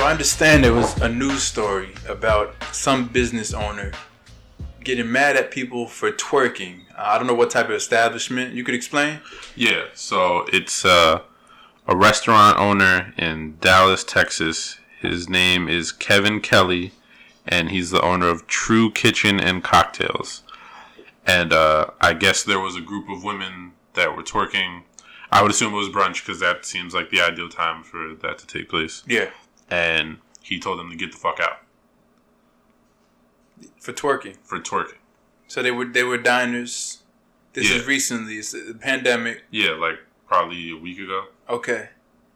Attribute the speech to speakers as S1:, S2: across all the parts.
S1: understand there was a news story about some business owner getting mad at people for twerking. I don't know what type of establishment. You could explain?
S2: Yeah, so it's uh, a restaurant owner in Dallas, Texas. His name is Kevin Kelly, and he's the owner of True Kitchen and Cocktails. And uh, I guess there was a group of women that were twerking. I would assume it was brunch because that seems like the ideal time for that to take place.
S1: Yeah,
S2: And he told them to get the fuck out
S1: for twerking.
S2: for twerking.
S1: So they were they were diners. This
S2: Yeah.
S1: is recently. It's the pandemic.
S2: Yeah, like probably a week ago.
S1: Okay.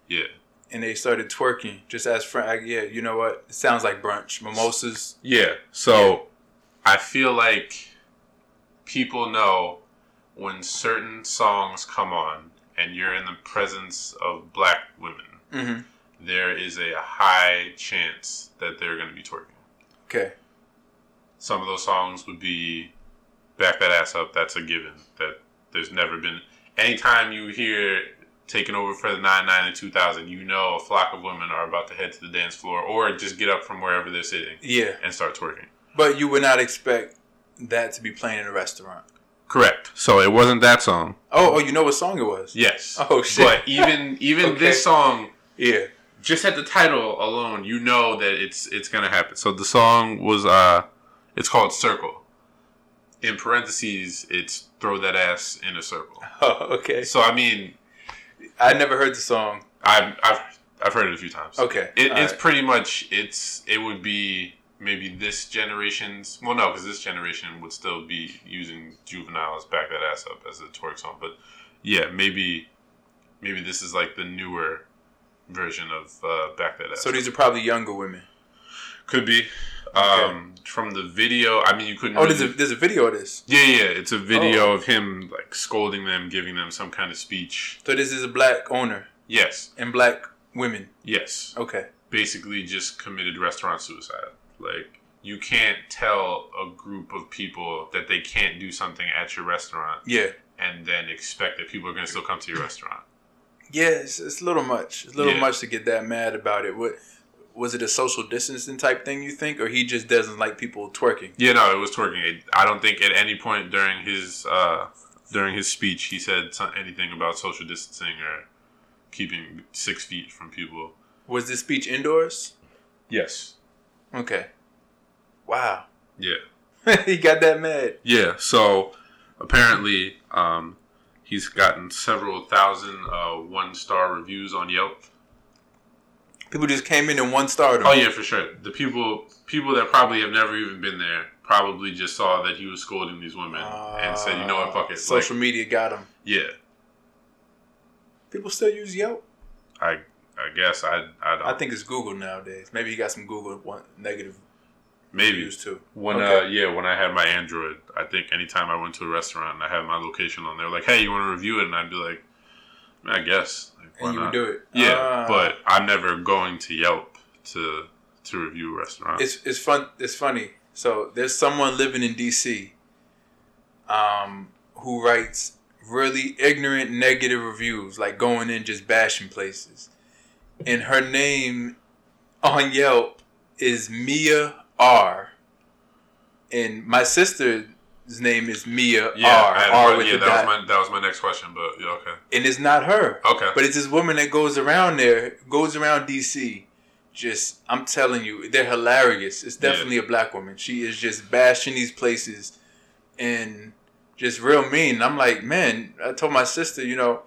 S2: Yeah.
S1: And they started twerking. Just as Frank, yeah, you know what? It sounds like brunch. Mimosas.
S2: Yeah. So I feel like people know when certain songs come on and you're in the presence of black women,
S1: Mm-hmm.
S2: there is a high chance that they're going to be twerking.
S1: Okay.
S2: Some of those songs would be Back That Ass Up, that's a given. That there's never been. Anytime you hear taking over for the 99 and 2000, you know a flock of women are about to head to the dance floor or just get up from wherever they're sitting
S1: Yeah.
S2: and start twerking.
S1: But you would not expect that to be playing in a restaurant.
S2: Correct. So it wasn't that song.
S1: Oh, oh, you know what song it was?
S2: Yes.
S1: Oh, shit.
S2: But even even
S1: Okay.
S2: this song,
S1: Yeah.
S2: just at the title alone, you know that it's it's gonna happen. So the song was uh, it's called Circle. In parentheses, it's throw that ass in a circle.
S1: Oh, okay.
S2: So I mean,
S1: I never heard the song.
S2: I've I've I've heard it a few times.
S1: Okay.
S2: It,
S1: all
S2: it's
S1: right.
S2: pretty much it's it would be maybe this generation's well no because this generation would still be using juveniles back that ass up as a twerk song but yeah maybe maybe this is like the newer version of uh, back that ass
S1: so
S2: up.
S1: these are probably younger women.
S2: could be um, from the video I mean you couldn't
S1: Oh, there's a
S2: really-
S1: there's a video of this.
S2: yeah yeah it's a video of him like scolding them giving them some kind of speech
S1: So this is a black owner
S2: yes
S1: and black women.
S2: yes
S1: Okay.
S2: basically just committed restaurant suicide. Like you can't tell a group of people that they can't do something at your restaurant
S1: Yeah.
S2: and then expect that people are going to still come to your restaurant.
S1: Yeah, it's, it's a little much. It's a little
S2: Yeah.
S1: much to get that mad about it. What was it a social distancing type thing you think, or he just doesn't like people twerking?
S2: Yeah, no, it was twerking. It- I don't think at any point during his uh, during his speech he said so- anything about social distancing or keeping six feet from people.
S1: Was this speech indoors?
S2: Yes.
S1: Okay. Wow.
S2: Yeah.
S1: he got that mad.
S2: Yeah, so apparently um, he's gotten several thousand uh, one star reviews on Yelp.
S1: People just came in and one starred him.
S2: Oh yeah, for sure. The people people that probably have never even been there probably just saw that he was scolding these women and said, "You know what, fuck it."
S1: Ah, Social
S2: Like,
S1: media got him.
S2: yeah,
S1: People still use Yelp.
S2: I I guess I I don't.
S1: I think it's Google nowadays. Maybe he got some Google one negative
S2: maybe
S1: reviews too.
S2: when uh
S1: Okay.
S2: yeah when I had my Android, I think anytime I went to a restaurant and I had my location on there, like, "Hey, you want to review it?" and I'd be like, "I guess." Like, why
S1: And you
S2: not?
S1: would do it.
S2: yeah,
S1: Ah.
S2: but I'm never going to Yelp to to review a restaurant.
S1: it's it's fun it's funny. So there's someone living in DC um who writes really ignorant negative reviews, like going in just bashing places. And her name on Yelp is Mia R. And my sister's name is Mia
S2: yeah,
S1: R.
S2: I had-
S1: R with
S2: yeah,
S1: the
S2: that
S1: dot.
S2: was my that was my next question, but yeah, okay,
S1: and it's not her.
S2: okay.
S1: But it's this woman that goes around there, goes around DC. Just, I'm telling you, they're hilarious. It's
S2: Yeah.
S1: definitely a black woman. She is just bashing these places and just real mean. And I'm like, man, I told my sister, you know,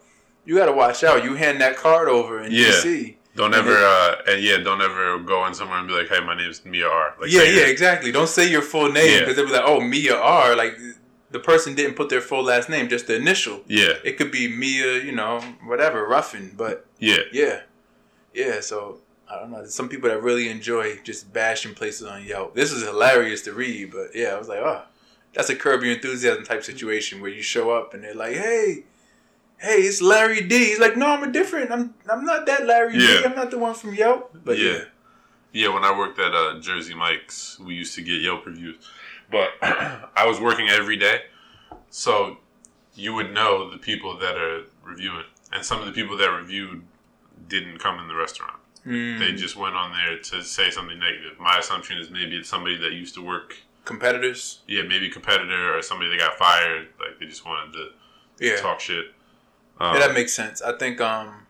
S1: you got to watch out. You hand that card over in
S2: Yeah.
S1: DC.
S2: Don't
S1: And
S2: ever, uh, and yeah, don't ever go in somewhere and be like, "Hey, my name's Mia R." Like,
S1: yeah,
S2: say
S1: yeah,
S2: your-
S1: exactly. Don't say your full name
S2: Yeah.
S1: because they'll be like, oh, Mia R. Like, the person didn't put their full last name, just the initial.
S2: yeah,
S1: It could be Mia, you know, whatever, Ruffin, but
S2: yeah.
S1: Yeah, yeah. So I don't know. There's some people that really enjoy just bashing places on Yelp. This is hilarious to read, but yeah, I was like, oh, that's a Curb Your Enthusiasm type situation where you show up and they're like, hey, hey, it's Larry D. He's like, no, I'm a different. I'm I'm not that Larry D.
S2: Yeah.
S1: I'm not the one from Yelp. But yeah,
S2: Yeah. Yeah, when I worked at uh, Jersey Mike's, we used to get Yelp reviews, but I was working every day, so you would know the people that are reviewing, and some of the people that reviewed didn't come in the restaurant.
S1: Mm.
S2: They just went on there to say something negative. My assumption is maybe it's somebody that used to work,
S1: competitors.
S2: yeah, maybe competitor or somebody that got fired. Like they just wanted to
S1: Yeah.
S2: talk shit. Um,
S1: yeah, that makes sense. I think um,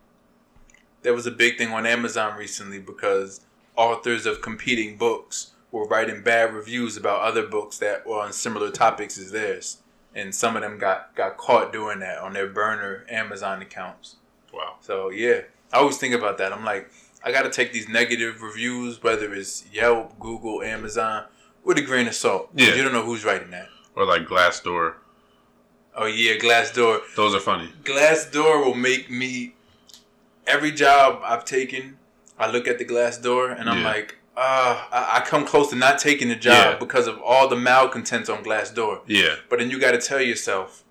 S1: there was a big thing on Amazon recently because authors of competing books were writing bad reviews about other books that were on similar topics as theirs, and some of them got got caught doing that on their burner Amazon accounts.
S2: wow.
S1: So yeah, I always think about that. I'm like, I gotta take these negative reviews, whether it's Yelp, Google, Amazon, with a grain of salt. 'cause
S2: Yeah.
S1: you don't know who's writing that.
S2: Or like Glassdoor.
S1: Oh yeah, Glassdoor.
S2: Those are funny.
S1: Glassdoor will make me every job I've taken. I look at the glass door and I'm
S2: Yeah.
S1: like, ah, I, I come close to not taking the job
S2: Yeah.
S1: because of all the malcontents on glass door.
S2: Yeah.
S1: But then you got to tell yourself,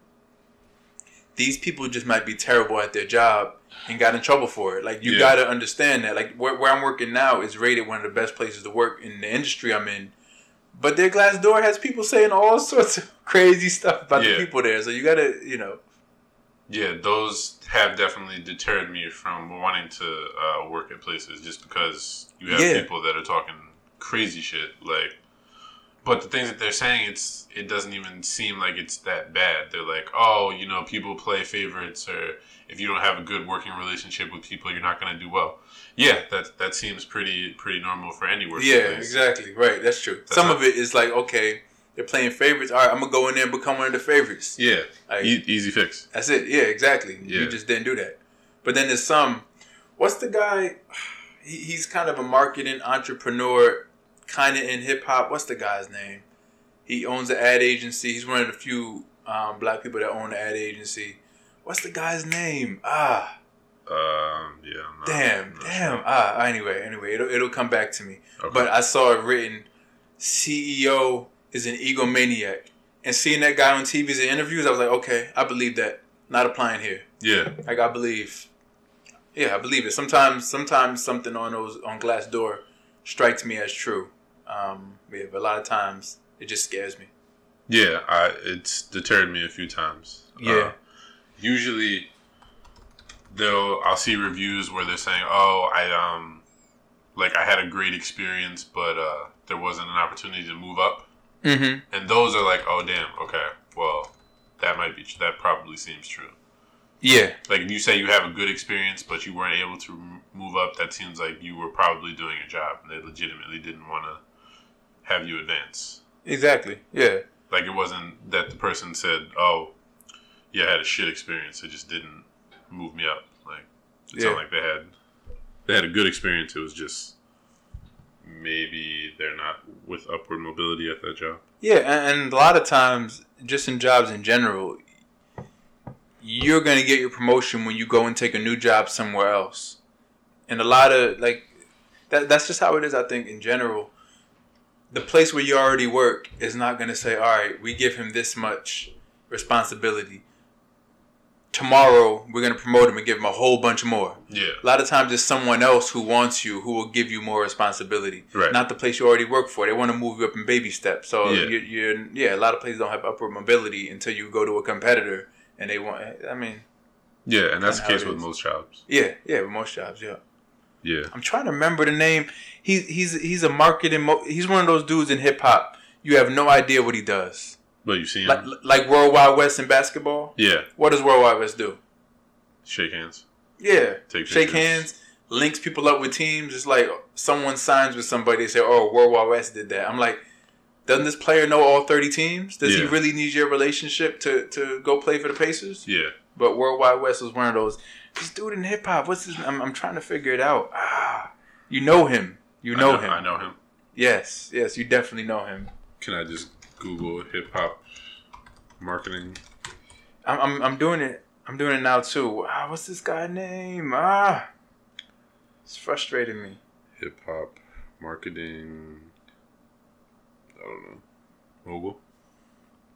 S1: these people just might be terrible at their job and got in trouble for it. Like you
S2: Yeah.
S1: got to understand that. Like where, where I'm working now is rated one of the best places to work in the industry I'm in. But their glass door has people saying all sorts of crazy stuff about
S2: Yeah.
S1: the people there. So you got to, you know,
S2: Yeah, those have definitely deterred me from wanting to uh, work at places just because you have
S1: Yeah.
S2: people that are talking crazy shit. Like, but the things that they're saying, it's it doesn't even seem like it's that bad. They're like, oh, you know, people play favorites, or if you don't have a good working relationship with people, you're not going to do well. Yeah, that that seems pretty pretty normal for any workplace.
S1: Yeah, exactly. Right, that's true.
S2: That's
S1: Some
S2: not-
S1: of it is like, okay, they're playing favorites. All right, I'm gonna go in there and become one of the favorites.
S2: Yeah,
S1: Like,
S2: e- easy fix.
S1: that's it. Yeah, exactly.
S2: Yeah.
S1: You just didn't do that. But then there's some. What's the guy? He, he's kind of a marketing entrepreneur, kind of in hip hop. What's the guy's name? He owns an ad agency. He's one of the few um, black people that own an ad agency. What's the guy's name? Ah.
S2: Um, yeah. I'm not- I'm
S1: Damn,
S2: not
S1: damn.
S2: sure.
S1: Ah, anyway, anyway, it'll, it'll come back to me.
S2: Okay.
S1: But I saw it written, CEO is an egomaniac. And seeing that guy on TVs and interviews, I was like, okay, I believe that. Not applying here.
S2: yeah,
S1: Like I believe, yeah, I believe it. Sometimes, sometimes something on those on Glassdoor strikes me as true. Um, yeah, but a lot of times it just scares me.
S2: Yeah, I, it's deterred me a few times. Uh,
S1: Yeah.
S2: usually, they'll I'll see reviews where they're saying, "Oh, I um, like I had a great experience, but uh, there wasn't an opportunity to move up,"
S1: Mm-hmm.
S2: and those are like, "Oh, damn, okay, well, that might be tr- that probably seems true."
S1: Yeah,
S2: Like if you say you have a good experience, but you weren't able to m- move up. That seems like you were probably doing your job, and they legitimately didn't want to have you advance.
S1: exactly. Yeah,
S2: Like it wasn't that the person said, "Oh, yeah, I had a shit experience. It just didn't move me up." Like it's
S1: Yeah.
S2: not like they had they had a good experience. It was just maybe they're not with upward mobility at that job.
S1: yeah, and, and a lot of times, just in jobs in general, you're gonna get your promotion when you go and take a new job somewhere else. And a lot of like that that's just how it is, I think, in general. The place where you already work is not gonna say, All right, we give him this much responsibility. Tomorrow we're gonna promote him and give him a whole bunch more.
S2: Yeah,
S1: A lot of times it's someone else who wants you who will give you more responsibility.
S2: Right.
S1: Not the place you already work for. They want to move you up in baby steps. So
S2: Yeah.
S1: you're, you're yeah, a lot of places don't have upward mobility until you go to a competitor and they want I mean,
S2: yeah, and that's the
S1: Kinda how
S2: case
S1: it
S2: with
S1: is.
S2: most jobs.
S1: yeah, yeah, with most jobs, yeah.
S2: Yeah,
S1: I'm trying to remember the name. He's he's he's a marketing mo- he's one of those dudes in hip hop. You have no idea what he does.
S2: but you see,
S1: Like like World Wide West in basketball.
S2: yeah,
S1: What does World Wide West do?
S2: shake hands,
S1: Yeah.
S2: take
S1: shake
S2: pictures.
S1: hands, links people up with teams. It's like someone signs with somebody. They say, "Oh, World Wide West did that." I'm like, doesn't this player know all 30 teams? Does he
S2: Yeah.
S1: really need your relationship to to go play for the Pacers?
S2: Yeah,
S1: But World Wide West was one of those. This dude in hip hop. What's his? I'm, I'm trying to figure it out. Ah, you know him. You know,
S2: I know
S1: him.
S2: I know him.
S1: Yes, yes, you definitely know him.
S2: Can I just Google hip hop marketing?
S1: I'm, I'm, I'm doing it. I'm doing it now too. Ah, what's this guy's name? Ah, it's frustrating me.
S2: hip hop marketing. I don't know. Mogul.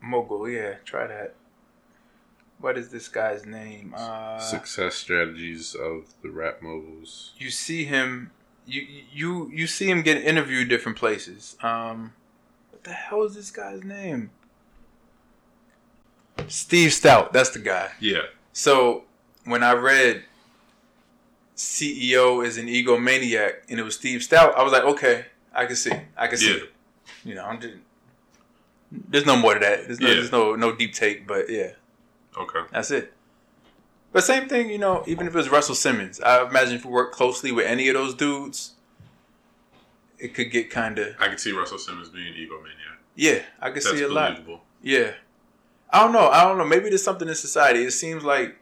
S1: Mogul, yeah, try that. What is this guy's name? Uh,
S2: Success strategies of the rap moguls.
S1: You see him, you you you see him get interviewed different places. Um, what the hell is this guy's name? Steve Stout, that's the guy.
S2: Yeah.
S1: So when I read CEO E is an egomaniac, and it was Steve Stout, I was like, okay, I can see, I can see.
S2: Yeah.
S1: it. You know, I'm just. There's no more to that. There's no,
S2: Yeah.
S1: there's no no deep take, but yeah,
S2: Okay.
S1: that's it. But same thing, you know. Even if it was Russell Simmons, I imagine if we work closely with any of those dudes, it could get kind of
S2: I can see Russell Simmons being egomaniac.
S1: yeah. I could
S2: That's
S1: see a lot.
S2: believable.
S1: Yeah. I don't know. I don't know. Maybe there's something in society. It seems like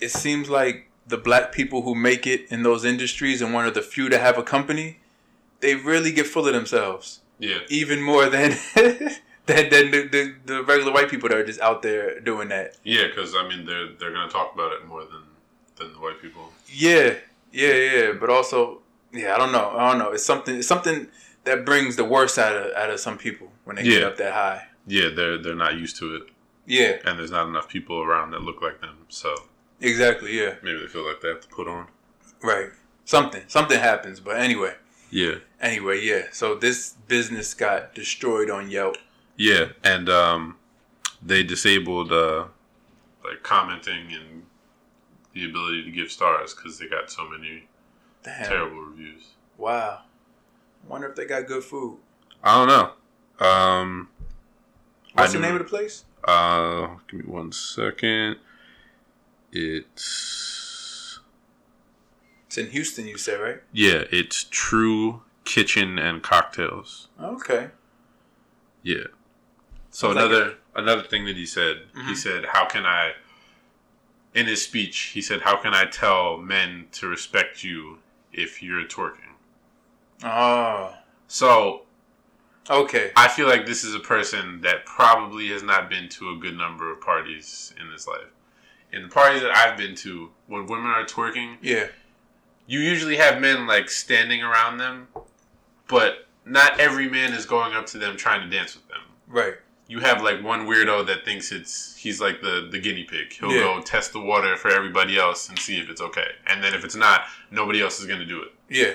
S1: it seems like the black people who make it in those industries and one of the few to have a company, they really get full of themselves.
S2: Yeah.
S1: Even more than than, than the, the, the regular white people that are just out there doing that.
S2: Yeah, because I mean they're they're gonna talk about it more than than the white people.
S1: Yeah. Yeah, yeah. But also yeah, I don't know. I don't know. It's something it's something that brings the worst out of out of some people when they get
S2: Yeah.
S1: up that high.
S2: Yeah, they're they're not used to it,
S1: Yeah,
S2: and there's not enough people around that look like them. So
S1: exactly, yeah.
S2: maybe they feel like they have to put on.
S1: Right. Something. Something happens. But anyway.
S2: Yeah.
S1: Anyway, yeah. So this business got destroyed on Yelp.
S2: Yeah, and um, they disabled uh, like commenting and the ability to give stars because they got so many
S1: Damn.
S2: terrible reviews.
S1: Wow. Wonder if they got good food.
S2: I don't know. Um,
S1: What's
S2: I
S1: the
S2: knew-
S1: name of the place?
S2: Uh, give me one second. It's
S1: It's in Houston, you said, right?
S2: yeah, it's True Kitchen and Cocktails.
S1: Okay.
S2: Yeah. So
S1: Sounds like
S2: another another thing that he said, he
S1: Mhm.
S2: said, "How can I?" In his speech, he said, "How can I tell men to respect you if you're twerking?"
S1: Oh.
S2: So
S1: Okay.
S2: I feel like this is a person that probably has not been to a good number of parties in his life. In the parties that I've been to, when women are twerking,
S1: Yeah.
S2: you usually have men like standing around them, but not every man is going up to them trying to dance with them.
S1: Right.
S2: You have like one weirdo that thinks it's he's like the the guinea pig. He'll
S1: Yeah.
S2: go test the water for everybody else and see if it's okay. And then if it's not, nobody else is going to do it.
S1: Yeah.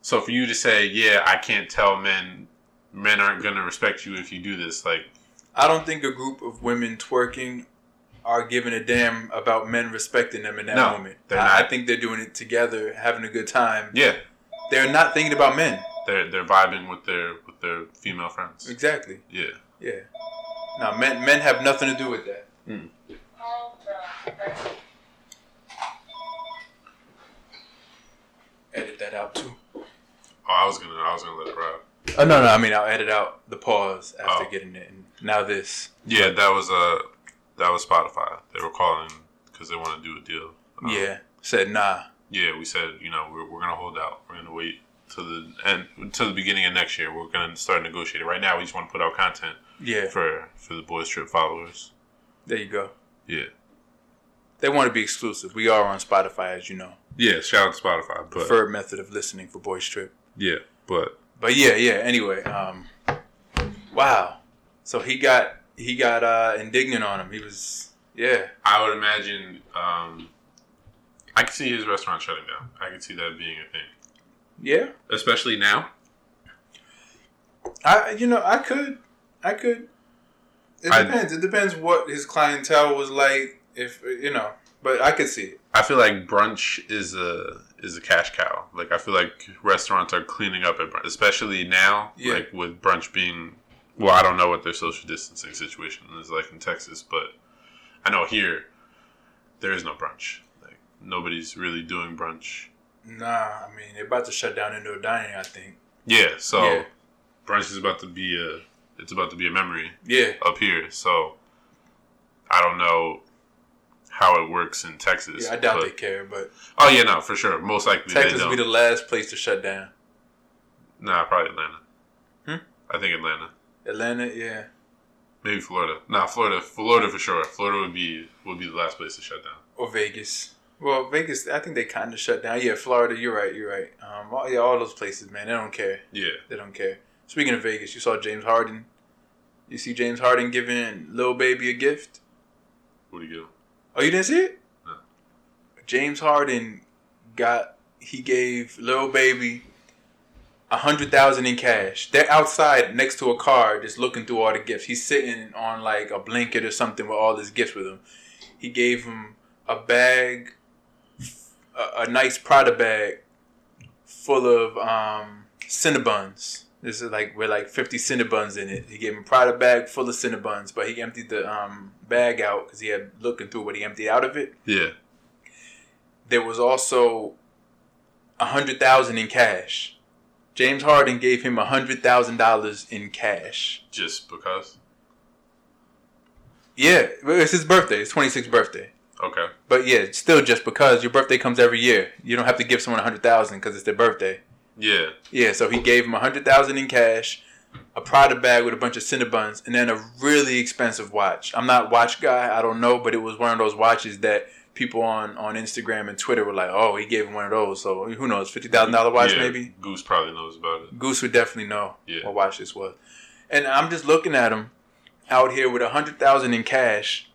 S2: So for you to say, "Yeah, I can't tell men men aren't going to respect you if you do this," like
S1: I don't think a group of women twerking are giving a damn about men respecting them in that
S2: No,
S1: moment.
S2: they're
S1: I, I
S2: not.
S1: think they're doing it together, having a good time.
S2: yeah,
S1: They're not thinking about men.
S2: they're they're vibing with their with their female friends.
S1: Exactly.
S2: Yeah.
S1: Yeah. No, men men have nothing to do with that.
S2: Hmm.
S1: Edit that out too.
S2: Oh, I was gonna I was gonna let it ride.
S1: Oh no, no. I mean, I'll edit out the pause after
S2: Oh.
S1: getting it. And now this.
S2: Yeah, that was uh that was Spotify. They were calling because they want to do a deal. Um,
S1: yeah. Said nah.
S2: Yeah, we said you know we're, we're gonna hold out. We're gonna wait till the end till the beginning of next year. We're gonna start negotiating. Right now, we just want to put out content
S1: Yeah.
S2: for for the boys trip followers.
S1: There you go.
S2: Yeah.
S1: They want to be exclusive. We are on Spotify, as you know.
S2: Yeah, shout out to Spotify, but
S1: Preferred method of listening for Boys Trip.
S2: yeah, but
S1: But yeah, yeah. Anyway, um, wow. So he got he got uh, indignant on him. He was yeah.
S2: I would imagine um, I could see his restaurant shutting down. I could see that being a thing,
S1: Yeah.
S2: especially now.
S1: I you know I could I could. It
S2: I-
S1: depends. it depends what his clientele was like. If you know, but I could see it.
S2: I feel like brunch is a is a cash cow. Like I feel like restaurants are cleaning up at brunch, especially now.
S1: Yeah.
S2: Like with brunch being, well, I don't know what their social distancing situation is like in Texas, but I know here there is no brunch. Like nobody's really doing brunch.
S1: Nah, I mean they're about to shut down indoor dining. I think.
S2: Yeah, so
S1: Yeah.
S2: brunch is about to be a it's about to be a memory
S1: Yeah,
S2: up here. So I don't know how it works in Texas.
S1: yeah I doubt
S2: but-
S1: they care, but
S2: Oh yeah, no, for sure. Most likely they
S1: Texas
S2: don't.
S1: will be the last place to shut down.
S2: Nah, probably Atlanta.
S1: Hmm?
S2: I think Atlanta.
S1: Atlanta, yeah,
S2: Maybe Florida. Nah, Florida. Florida for sure. Florida would be would be the last place to shut down.
S1: or Vegas. Well, Vegas, I think they kind of shut down. Yeah, Florida, you're right, you're right. Um, all, yeah, all those places, man, they don't care.
S2: Yeah.
S1: They don't care. Speaking of Vegas, you saw James Harden. You see James Harden giving Lil Baby a gift.
S2: What do you
S1: Oh, you didn't see it?
S2: No.
S1: James Harden got he gave Lil Baby a hundred thousand in cash. They're outside next to a car, just looking through all the gifts. He's sitting on like a blanket or something with all his gifts with him. He gave him a bag, a, a nice Prada bag full of um, Cinnabons. This is like we're like fifty Cinnabons in it. He gave him a Prada bag full of Cinnabons, but he emptied the um, bag out because he had looking through what he emptied out of it.
S2: Yeah.
S1: There was also a hundred thousand in cash. James Harden gave him a hundred thousand dollars in cash.
S2: Just because.
S1: Yeah, it's his birthday. It's twenty sixth birthday.
S2: Okay.
S1: But yeah, still just because your birthday comes every year, you don't have to give someone a hundred thousand because it's their birthday.
S2: Yeah.
S1: Yeah, so he gave him a hundred thousand in cash, a Prada bag with a bunch of Cinnabons, and then a really expensive watch. I'm not a watch guy, I don't know, but it was one of those watches that people on on Instagram and Twitter were like, "Oh, he gave him one of those." So who knows, fifty thousand dollar watch
S2: Yeah,
S1: maybe.
S2: Goose probably knows about it.
S1: Goose would definitely know
S2: Yeah.
S1: what watch this was. And I'm just looking at him out here with a hundred thousand in cash.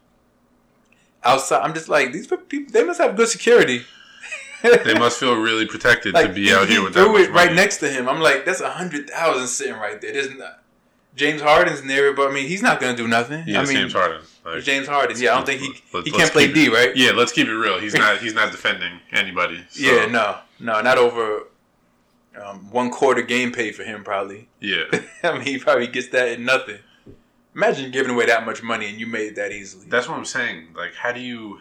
S1: Outside, I'm just like these people. They must have good security.
S2: They must feel really protected to be
S1: he-
S2: out
S1: he
S2: here with that
S1: threw
S2: much
S1: it right
S2: money.
S1: next to him. I'm like, that's a hundred thousand sitting right there. There's not, James Harden's near it, but I mean, he's not gonna do nothing.
S2: Yeah,
S1: I mean,
S2: James Harden. Like,
S1: James Harden. Yeah, I don't think he
S2: Let-
S1: he
S2: let's
S1: can't play
S2: keep
S1: D, right?
S2: yeah, let's keep it real. He's not. He's not defending anybody. So,
S1: Yeah, no, no, not over um, one quarter game pay for him probably.
S2: Yeah.
S1: I mean, he probably gets that in nothing. Imagine giving away that much money and you made that easily.
S2: That's what I'm saying. Like, how do you?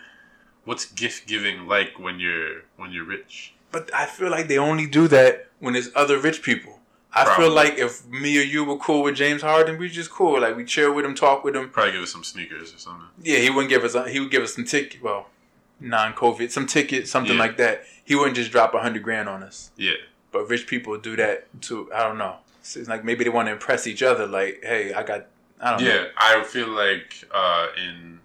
S2: What's gift giving like when you're when you're rich?
S1: But I feel like they only do that when there's other rich people. I
S2: Probably.
S1: feel like if me or you were cool with James Harden, we just cool. Like we chill with him, talk with him.
S2: Probably give us some sneakers or something.
S1: Yeah, he wouldn't give us. uh, He would give us some ticket. Well, non-COVID, some ticket, something
S2: Yeah.
S1: like that. He wouldn't just drop a hundred grand on us.
S2: Yeah.
S1: But rich people do that to. I don't know. So It's like maybe they want to impress each other. Like, hey, I got. I don't know.
S2: Yeah, I feel like uh, in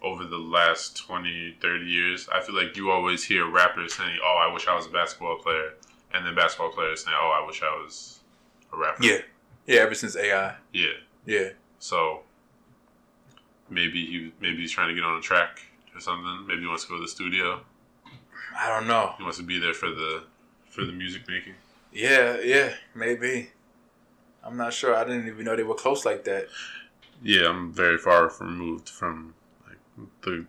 S2: over the last 20, 30 years, I feel like you always hear rappers saying, "Oh, I wish I was a basketball player," and then basketball players saying, "Oh, I wish I was a rapper."
S1: Yeah. Yeah. Ever since AI.
S2: yeah.
S1: Yeah.
S2: So maybe he maybe he's trying to get on a track or something. Maybe he wants to go to the studio.
S1: I don't know.
S2: He wants to be there for the for the music making.
S1: Yeah. Yeah. Maybe. I'm not sure. I didn't even know they were close like that.
S2: Yeah, I'm very far removed from like the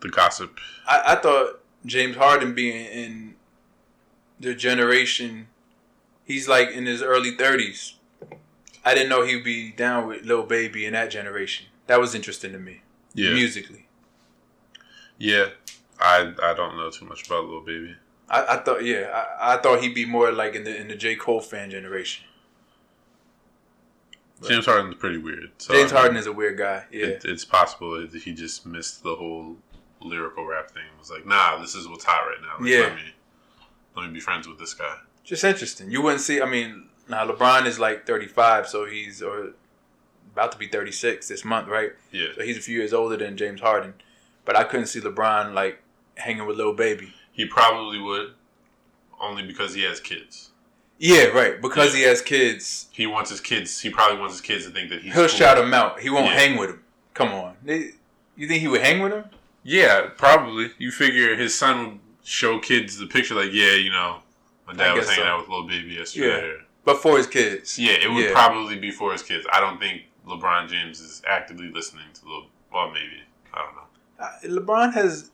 S2: the gossip.
S1: I, I thought James Harden being in the generation, he's like in his early thirties. I didn't know he'd be down with Lil Baby in that generation. That was interesting to me
S2: Yeah,
S1: musically.
S2: yeah. I I don't know too much about Lil Baby.
S1: I, I thought, yeah, I, I thought he'd be more like in the in the J Cole fan generation.
S2: James Harden's pretty weird. So
S1: James
S2: I mean,
S1: Harden is a weird guy. Yeah,
S2: It, it's possible that he just missed the whole lyrical rap thing. It was like, nah, this is what's hot right now. Like,
S1: Yeah.
S2: Let me let me be friends with this guy.
S1: just interesting. You wouldn't see. I mean, now LeBron is like thirty five, so he's or about to be thirty six this month, right?
S2: Yeah.
S1: So he's a few years older than James Harden, but I couldn't see LeBron like hanging with Lil Baby.
S2: He probably would, only because he has kids.
S1: Yeah, right. Because he has kids,
S2: He wants his kids. He probably wants his kids to think that he's
S1: he'll
S2: cool.
S1: shout him out. He won't
S2: Yeah.
S1: hang with him. Come on, They- you think he would hang with him?
S2: Yeah, probably. You figure his son would show kids the picture, like, yeah, you know, my
S1: I
S2: dad was
S1: guess
S2: hanging
S1: so.
S2: out with little baby yesterday.
S1: But for his kids,
S2: Yeah, it would
S1: Yeah.
S2: probably be for his kids. I don't think LeBron James is actively listening to little. Well, maybe I don't know.
S1: I- LeBron has.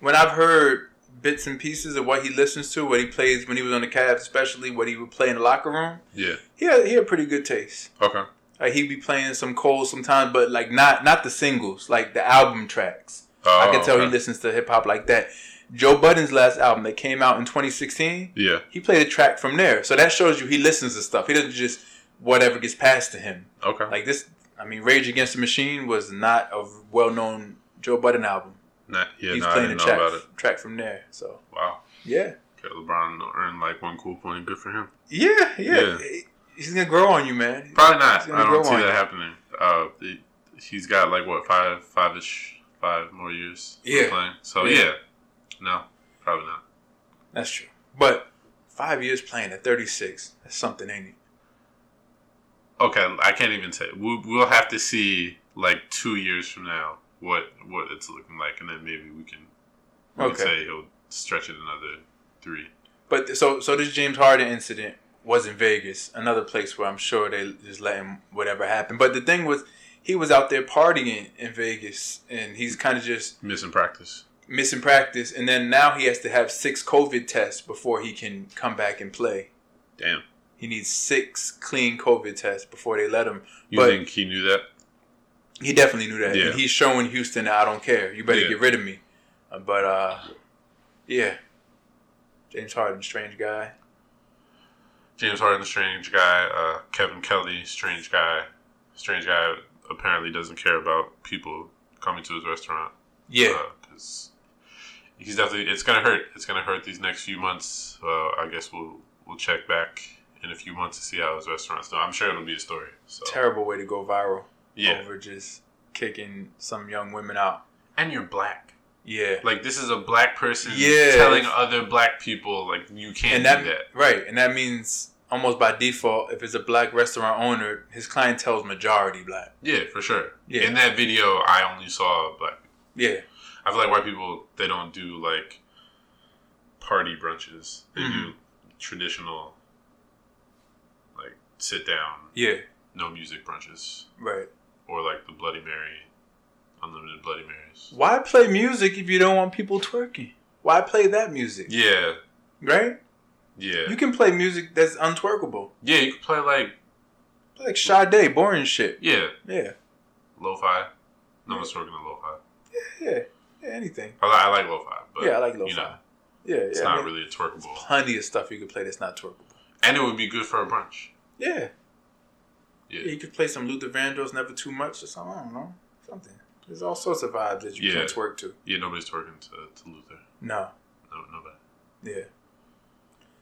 S1: When I've heard bits and pieces of what he listens to, what he plays when he was on the Cavs, especially what he would play in the locker room,
S2: Yeah.
S1: he had, he had pretty good taste.
S2: Okay.
S1: Like he'd be playing some Cole sometimes, but like not not the singles, like the album tracks.
S2: Oh,
S1: I can tell
S2: okay.
S1: he listens to hip hop like that. Joe Budden's last album that came out in 2016,
S2: Yeah.
S1: he played a track from there. So that shows you he listens to stuff. He doesn't just whatever gets passed to him.
S2: Okay.
S1: Like this, I mean, Rage Against the Machine was not a well known Joe Budden album.
S2: Not, yeah.
S1: He's
S2: No, I
S1: playing a
S2: didn't know about
S1: track,
S2: it.
S1: track from there. So,
S2: Wow.
S1: yeah.
S2: Okay, LeBron earned like one cool point. Good for him.
S1: Yeah, yeah.
S2: Yeah.
S1: He's going to grow on you, man.
S2: Probably not.
S1: He's gonna
S2: I
S1: grow
S2: don't see
S1: on
S2: that
S1: you.
S2: happening. Uh, it, he's got like what five, five ish, five more years. of
S1: Yeah.
S2: Playing. So
S1: Yeah.
S2: yeah. No, probably not.
S1: That's true. But five years playing at 36, that's something, ain't it?
S2: Okay, I can't even say. We'll, we'll have to see like two years from now what what it's looking like, and then maybe we can, we
S1: Okay.
S2: can say he'll stretch it another three.
S1: But so so this James Harden incident was in Vegas, another place where I'm sure they just let him whatever happen. But the thing was, he was out there partying in Vegas, and he's kind of just
S2: Missing practice.
S1: missing practice, and then now he has to have six COVID tests before he can come back and play.
S2: Damn.
S1: He needs six clean COVID tests before they let him.
S2: You
S1: But-
S2: think he knew that?
S1: He definitely knew that.
S2: Yeah.
S1: And he's showing Houston, I don't care. You better
S2: Yeah.
S1: get rid of me. Uh, But uh, yeah, James Harden, strange guy.
S2: James Harden, strange guy. Uh, Kevin Kelly, strange guy. Strange guy apparently doesn't care about people coming to his restaurant. Uh,
S1: Yeah,
S2: because he's definitely. It's gonna hurt. It's gonna hurt these next few months. Uh, I guess we'll we'll check back in a few months to see how his restaurant's doing. I'm sure it'll be a story. So
S1: terrible way to go viral
S2: yeah,
S1: over just kicking some young women out.
S2: and you're black.
S1: Yeah,
S2: Like this is a black person
S1: Yeah.
S2: telling other black people like you can't
S1: and that,
S2: do that.
S1: right, and that means almost by default, if it's a black restaurant owner, his clientele's majority black.
S2: Yeah, for sure.
S1: Yeah.
S2: In that video, I only saw black.
S1: Yeah,
S2: I feel like white people they don't do like party brunches. They
S1: Mm-hmm.
S2: do traditional like sit down,
S1: yeah,
S2: no music brunches.
S1: right.
S2: Or like the Bloody Mary, unlimited Bloody Marys.
S1: Why play music if you don't want people twerking? Why play that music?
S2: Yeah,
S1: Right?
S2: yeah.
S1: You can play music that's untwerkable.
S2: yeah, you could play like
S1: Like Sade, boring shit.
S2: yeah,
S1: Yeah,
S2: lo fi. No one's working on lo fi.
S1: yeah, yeah anything.
S2: I, li- I like lo fi, but
S1: yeah, I like lo-fi.
S2: You know,
S1: yeah,
S2: it's
S1: yeah. I
S2: not
S1: mean,
S2: really a twerkable.
S1: Plenty of stuff you could play that's not twerkable.
S2: And it would be good for a brunch.
S1: Yeah.
S2: Yeah.
S1: you could play some Luther Vandross, Never Too Much, or something. I don't know, something. There's all sorts of vibes that you
S2: Yeah.
S1: can twerk to.
S2: Yeah, nobody's twerking to, to Luther.
S1: No,
S2: No, nobody.
S1: yeah.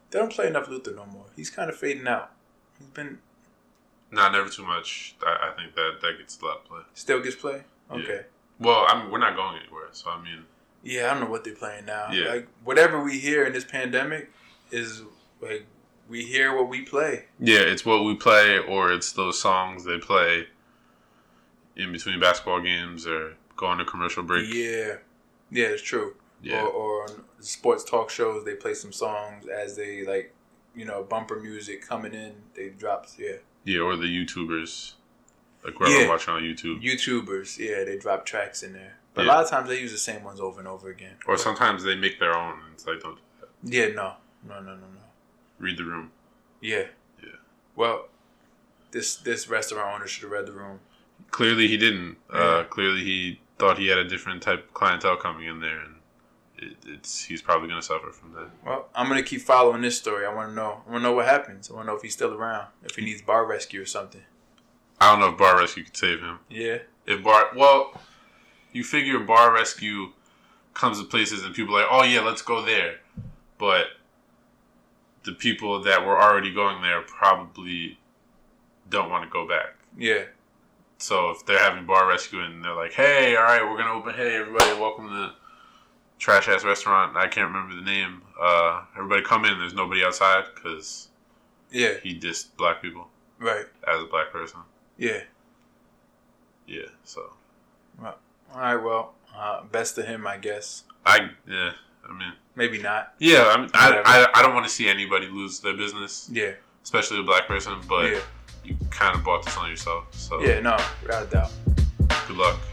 S1: They don't play enough Luther no more. He's kind of fading out. He's been
S2: Nah, never too much. I, I think that that gets a lot of play.
S1: still gets play.
S2: Yeah.
S1: Okay.
S2: Well, I mean, we're not going anywhere, so I mean,
S1: Yeah, I don't know what they're playing now.
S2: Yeah.
S1: Like whatever we hear in this pandemic is like we hear what we play.
S2: yeah, it's what we play, or it's those songs they play in between basketball games or going to commercial break.
S1: Yeah. Yeah, it's true.
S2: yeah,
S1: Or, or on sports talk shows, they play some songs as they like, you know, bumper music coming in. They drops, yeah.
S2: Yeah, or the YouTubers, like whoever
S1: Yeah.
S2: I'm watching on YouTube,
S1: YouTubers, yeah, they drop tracks in there. But
S2: Yeah.
S1: a lot of times they use the same ones over and over again.
S2: or sometimes they make their own. It's like don't
S1: Yeah, no, no, no, no, no.
S2: read the room.
S1: Yeah.
S2: Yeah.
S1: Well, this this restaurant owner should have read the room.
S2: Clearly, he didn't. Uh,
S1: Yeah.
S2: clearly, he thought he had a different type of clientele coming in there, and it, it's he's probably gonna suffer from that.
S1: Well, I'm gonna keep following this story. I want to know. I want to know what happens. I want to know if he's still around. If he needs bar rescue or something.
S2: I don't know if Bar Rescue could save him.
S1: Yeah.
S2: If Bar, well, you figure Bar Rescue comes to places and people are like, oh yeah, let's go there, but the people that were already going there probably don't want to go back.
S1: Yeah.
S2: So if they're having Bar Rescue and they're like, hey, all right, we're gonna open. Hey, everybody, welcome to trash ass restaurant. I can't remember the name. Uh, everybody come in. There's nobody outside because
S1: Yeah.
S2: he dissed black people
S1: Right.
S2: as a black person.
S1: Yeah.
S2: Yeah, so.
S1: All right. Well, uh, best to him, I guess.
S2: I yeah, I mean
S1: Maybe not.
S2: yeah, I mean, I,
S1: Whatever.
S2: I I don't want to see anybody lose their business,
S1: Yeah.
S2: especially a black person. But uh,
S1: yeah.
S2: you kind of bought this on yourself, so
S1: Yeah. No. Without a doubt.
S2: good luck.